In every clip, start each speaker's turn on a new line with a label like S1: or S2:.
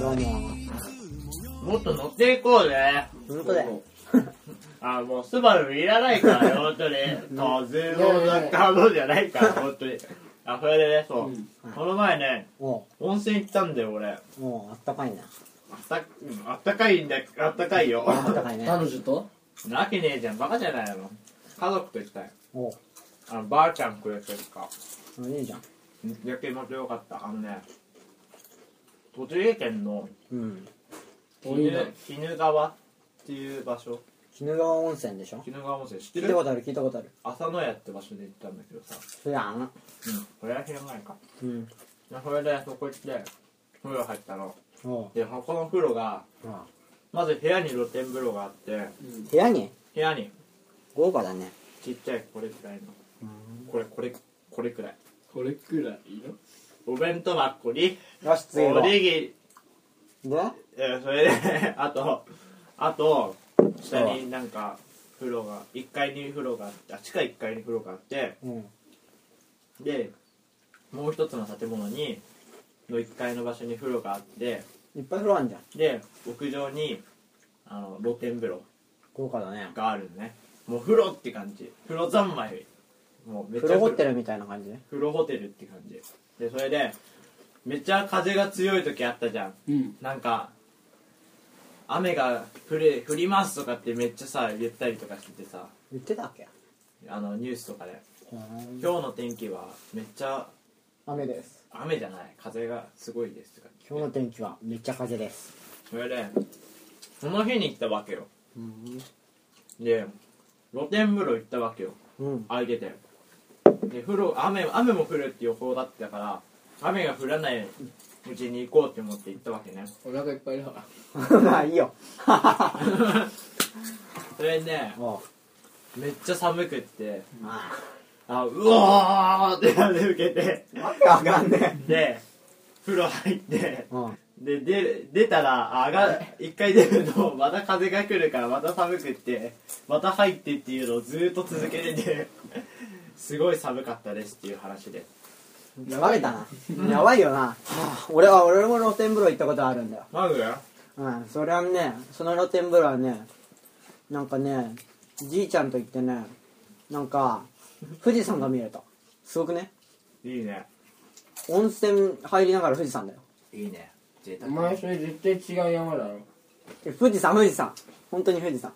S1: どうも。
S2: もっと乗っていこうね。
S1: 本当だよ。
S2: あ、もうスバルいらないから、本 当に。風をなったものじゃないから、本当に。あ、それでね、そう。この前ね、
S1: おう、
S2: 温泉行ったんだよ、俺。あっ
S1: おう、あったかいな。
S2: た、うんあったかいんだ、あったかいよ。
S1: あったかいね。
S3: 彼女と
S2: なわけねえじゃん、バカじゃないの。家族と行きたい。
S1: おう、
S2: あの、ばあちゃんくれてるか。
S1: いいじゃん。
S2: やけもとよかった。あのね、栃木県の
S1: うん。
S3: おいいな
S2: 鬼怒川っていう場所。
S1: 鬼怒川温泉でしょ
S2: 鬼怒川温泉知って
S1: 聞いた
S2: る
S1: ことある、聞いたことある。
S2: 浅野屋って場所で行ったんだけどさ。
S1: そりゃあ
S2: う
S1: な。
S2: ん、これは知らないか。
S1: うん。
S2: でそれでそこ行って、風呂入ったの。
S1: おう、
S2: で、この風呂が、
S1: あ
S2: まず部屋に露天風呂があって、
S3: うん
S1: 部屋に
S2: 部屋に
S1: 豪華だね。
S2: ちっちゃいこれくらいの。これ、これ、これくらい。
S3: これくらいの
S2: お弁当箱に、
S1: よし、次行
S2: お
S1: こ
S2: にぎり、
S1: う。で
S2: えーそれで あとあと下になんか風呂が1階に風呂があってあ地下1階に風呂があって
S1: うん。
S2: でもう一つの建物にの1階の場所に風呂があって
S1: いっぱい風呂あんじゃん。
S2: で屋上にあの露天風呂
S1: 豪華だね。
S2: があるのねもう風呂って感じ風呂三昧もうめっちゃ
S1: 風呂ホテルみたいな感じね。
S2: 風呂ホテルって感じでそれでめっちゃ風が強い時あったじゃん
S3: うん
S2: なんか雨が降り降りますとかってめっちゃさ言ったりとかしててさ
S1: 言ってたっけ
S2: あのニュースとかで
S1: うん
S2: 今日の天気はめっちゃ
S1: 雨です。
S2: 雨じゃない風がすごいですとか
S1: 今日の天気はめっちゃ風です。
S2: それでその日に行ったわけよ
S1: うん。
S2: で露天風呂行ったわけよ
S1: うん。
S2: 空いててで風呂雨雨も降るって予報だったから雨が降らないうちに行こうって思って行ったわけね
S3: お腹いっぱいだわ
S1: まあいいよ。
S2: それでね
S1: おう。
S2: めっちゃ寒くって
S1: ま
S2: あうわーってなって受けて
S1: あ。わけわかんね
S2: で風呂入って
S1: え。うん。
S2: でで出たらあが一回出ると また風が来るからまた寒くってまた入ってっていうのをずーっと続けてて すごい寒かったですっていう話で
S1: やばれたな。やばいよな。はあ俺は、俺も露天風呂行ったことあるんだよ。
S2: マグや
S1: うん。それはね、その露天風呂はね、なんかね、じいちゃんと行ってね、なんか、富士山が見えた。すごくね。
S2: いいね
S1: 温泉入りながら富士山だよ。
S2: いいね贅
S3: お
S2: 沢
S3: 前それ絶対違う山だろ
S1: え富士山、富士山。本当に富士山。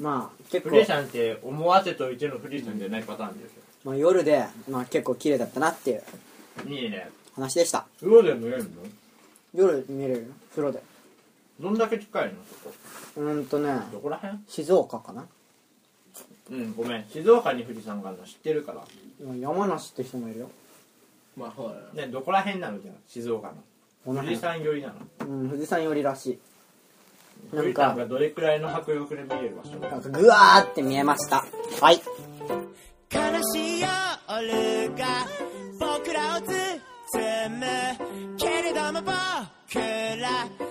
S1: まあ、結
S2: 富士
S1: 構、
S2: 山って思わせといての富士山じゃないパターンですよ
S1: まあ、夜で、まあ結構綺麗だったなっていう
S2: いいね
S1: 話でした。
S2: 風呂でもやるの
S1: 夜見れるよ、風呂で。
S2: どんだけ近いのそこ
S1: うーんとね、
S2: どこら辺
S1: 静岡かな。
S2: うんごめん静岡に富士山があるの知ってるから
S1: 山梨って人もいるよ。
S3: まあほら
S2: ねどこら辺なのじゃあ静岡の
S1: この
S2: 富士
S1: 辺
S2: 山寄りなの
S1: うん、富士山寄りらしい。な
S2: 富
S1: ん
S2: 士山
S1: か、
S2: がどれくらいの迫力で見える場所
S1: なんかぐわーって見えました。はい。
S4: 悲しい夜が僕らを包むけれども僕ら